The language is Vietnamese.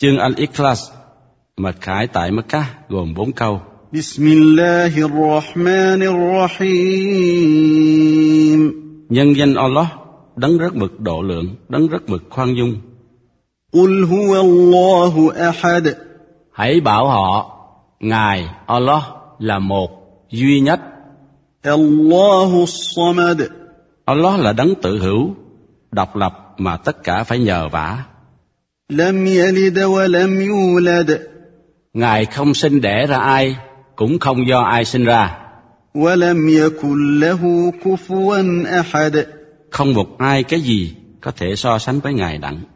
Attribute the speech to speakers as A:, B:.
A: Chương Al-Ikhlas, mật khải tại Mecca gồm bốn câu.
B: بسم الله الرحمن الرحيم
A: Nhân danh Allah, đấng rất mực độ lượng, đấng rất mực khoan dung.
B: قل هو الله احد
A: Hãy bảo họ, Ngài Allah là một, duy nhất.
B: الله الصمد
A: Allah là đấng tự hữu, độc lập mà tất cả phải nhờ vả.
B: لم يلد ولم يولد
A: Ngài không sinh đẻ ra ai, cũng không do ai sinh ra.
B: ولم يكن له كفوا احد
A: Không một ai cái gì có thể so sánh với Ngài đặng.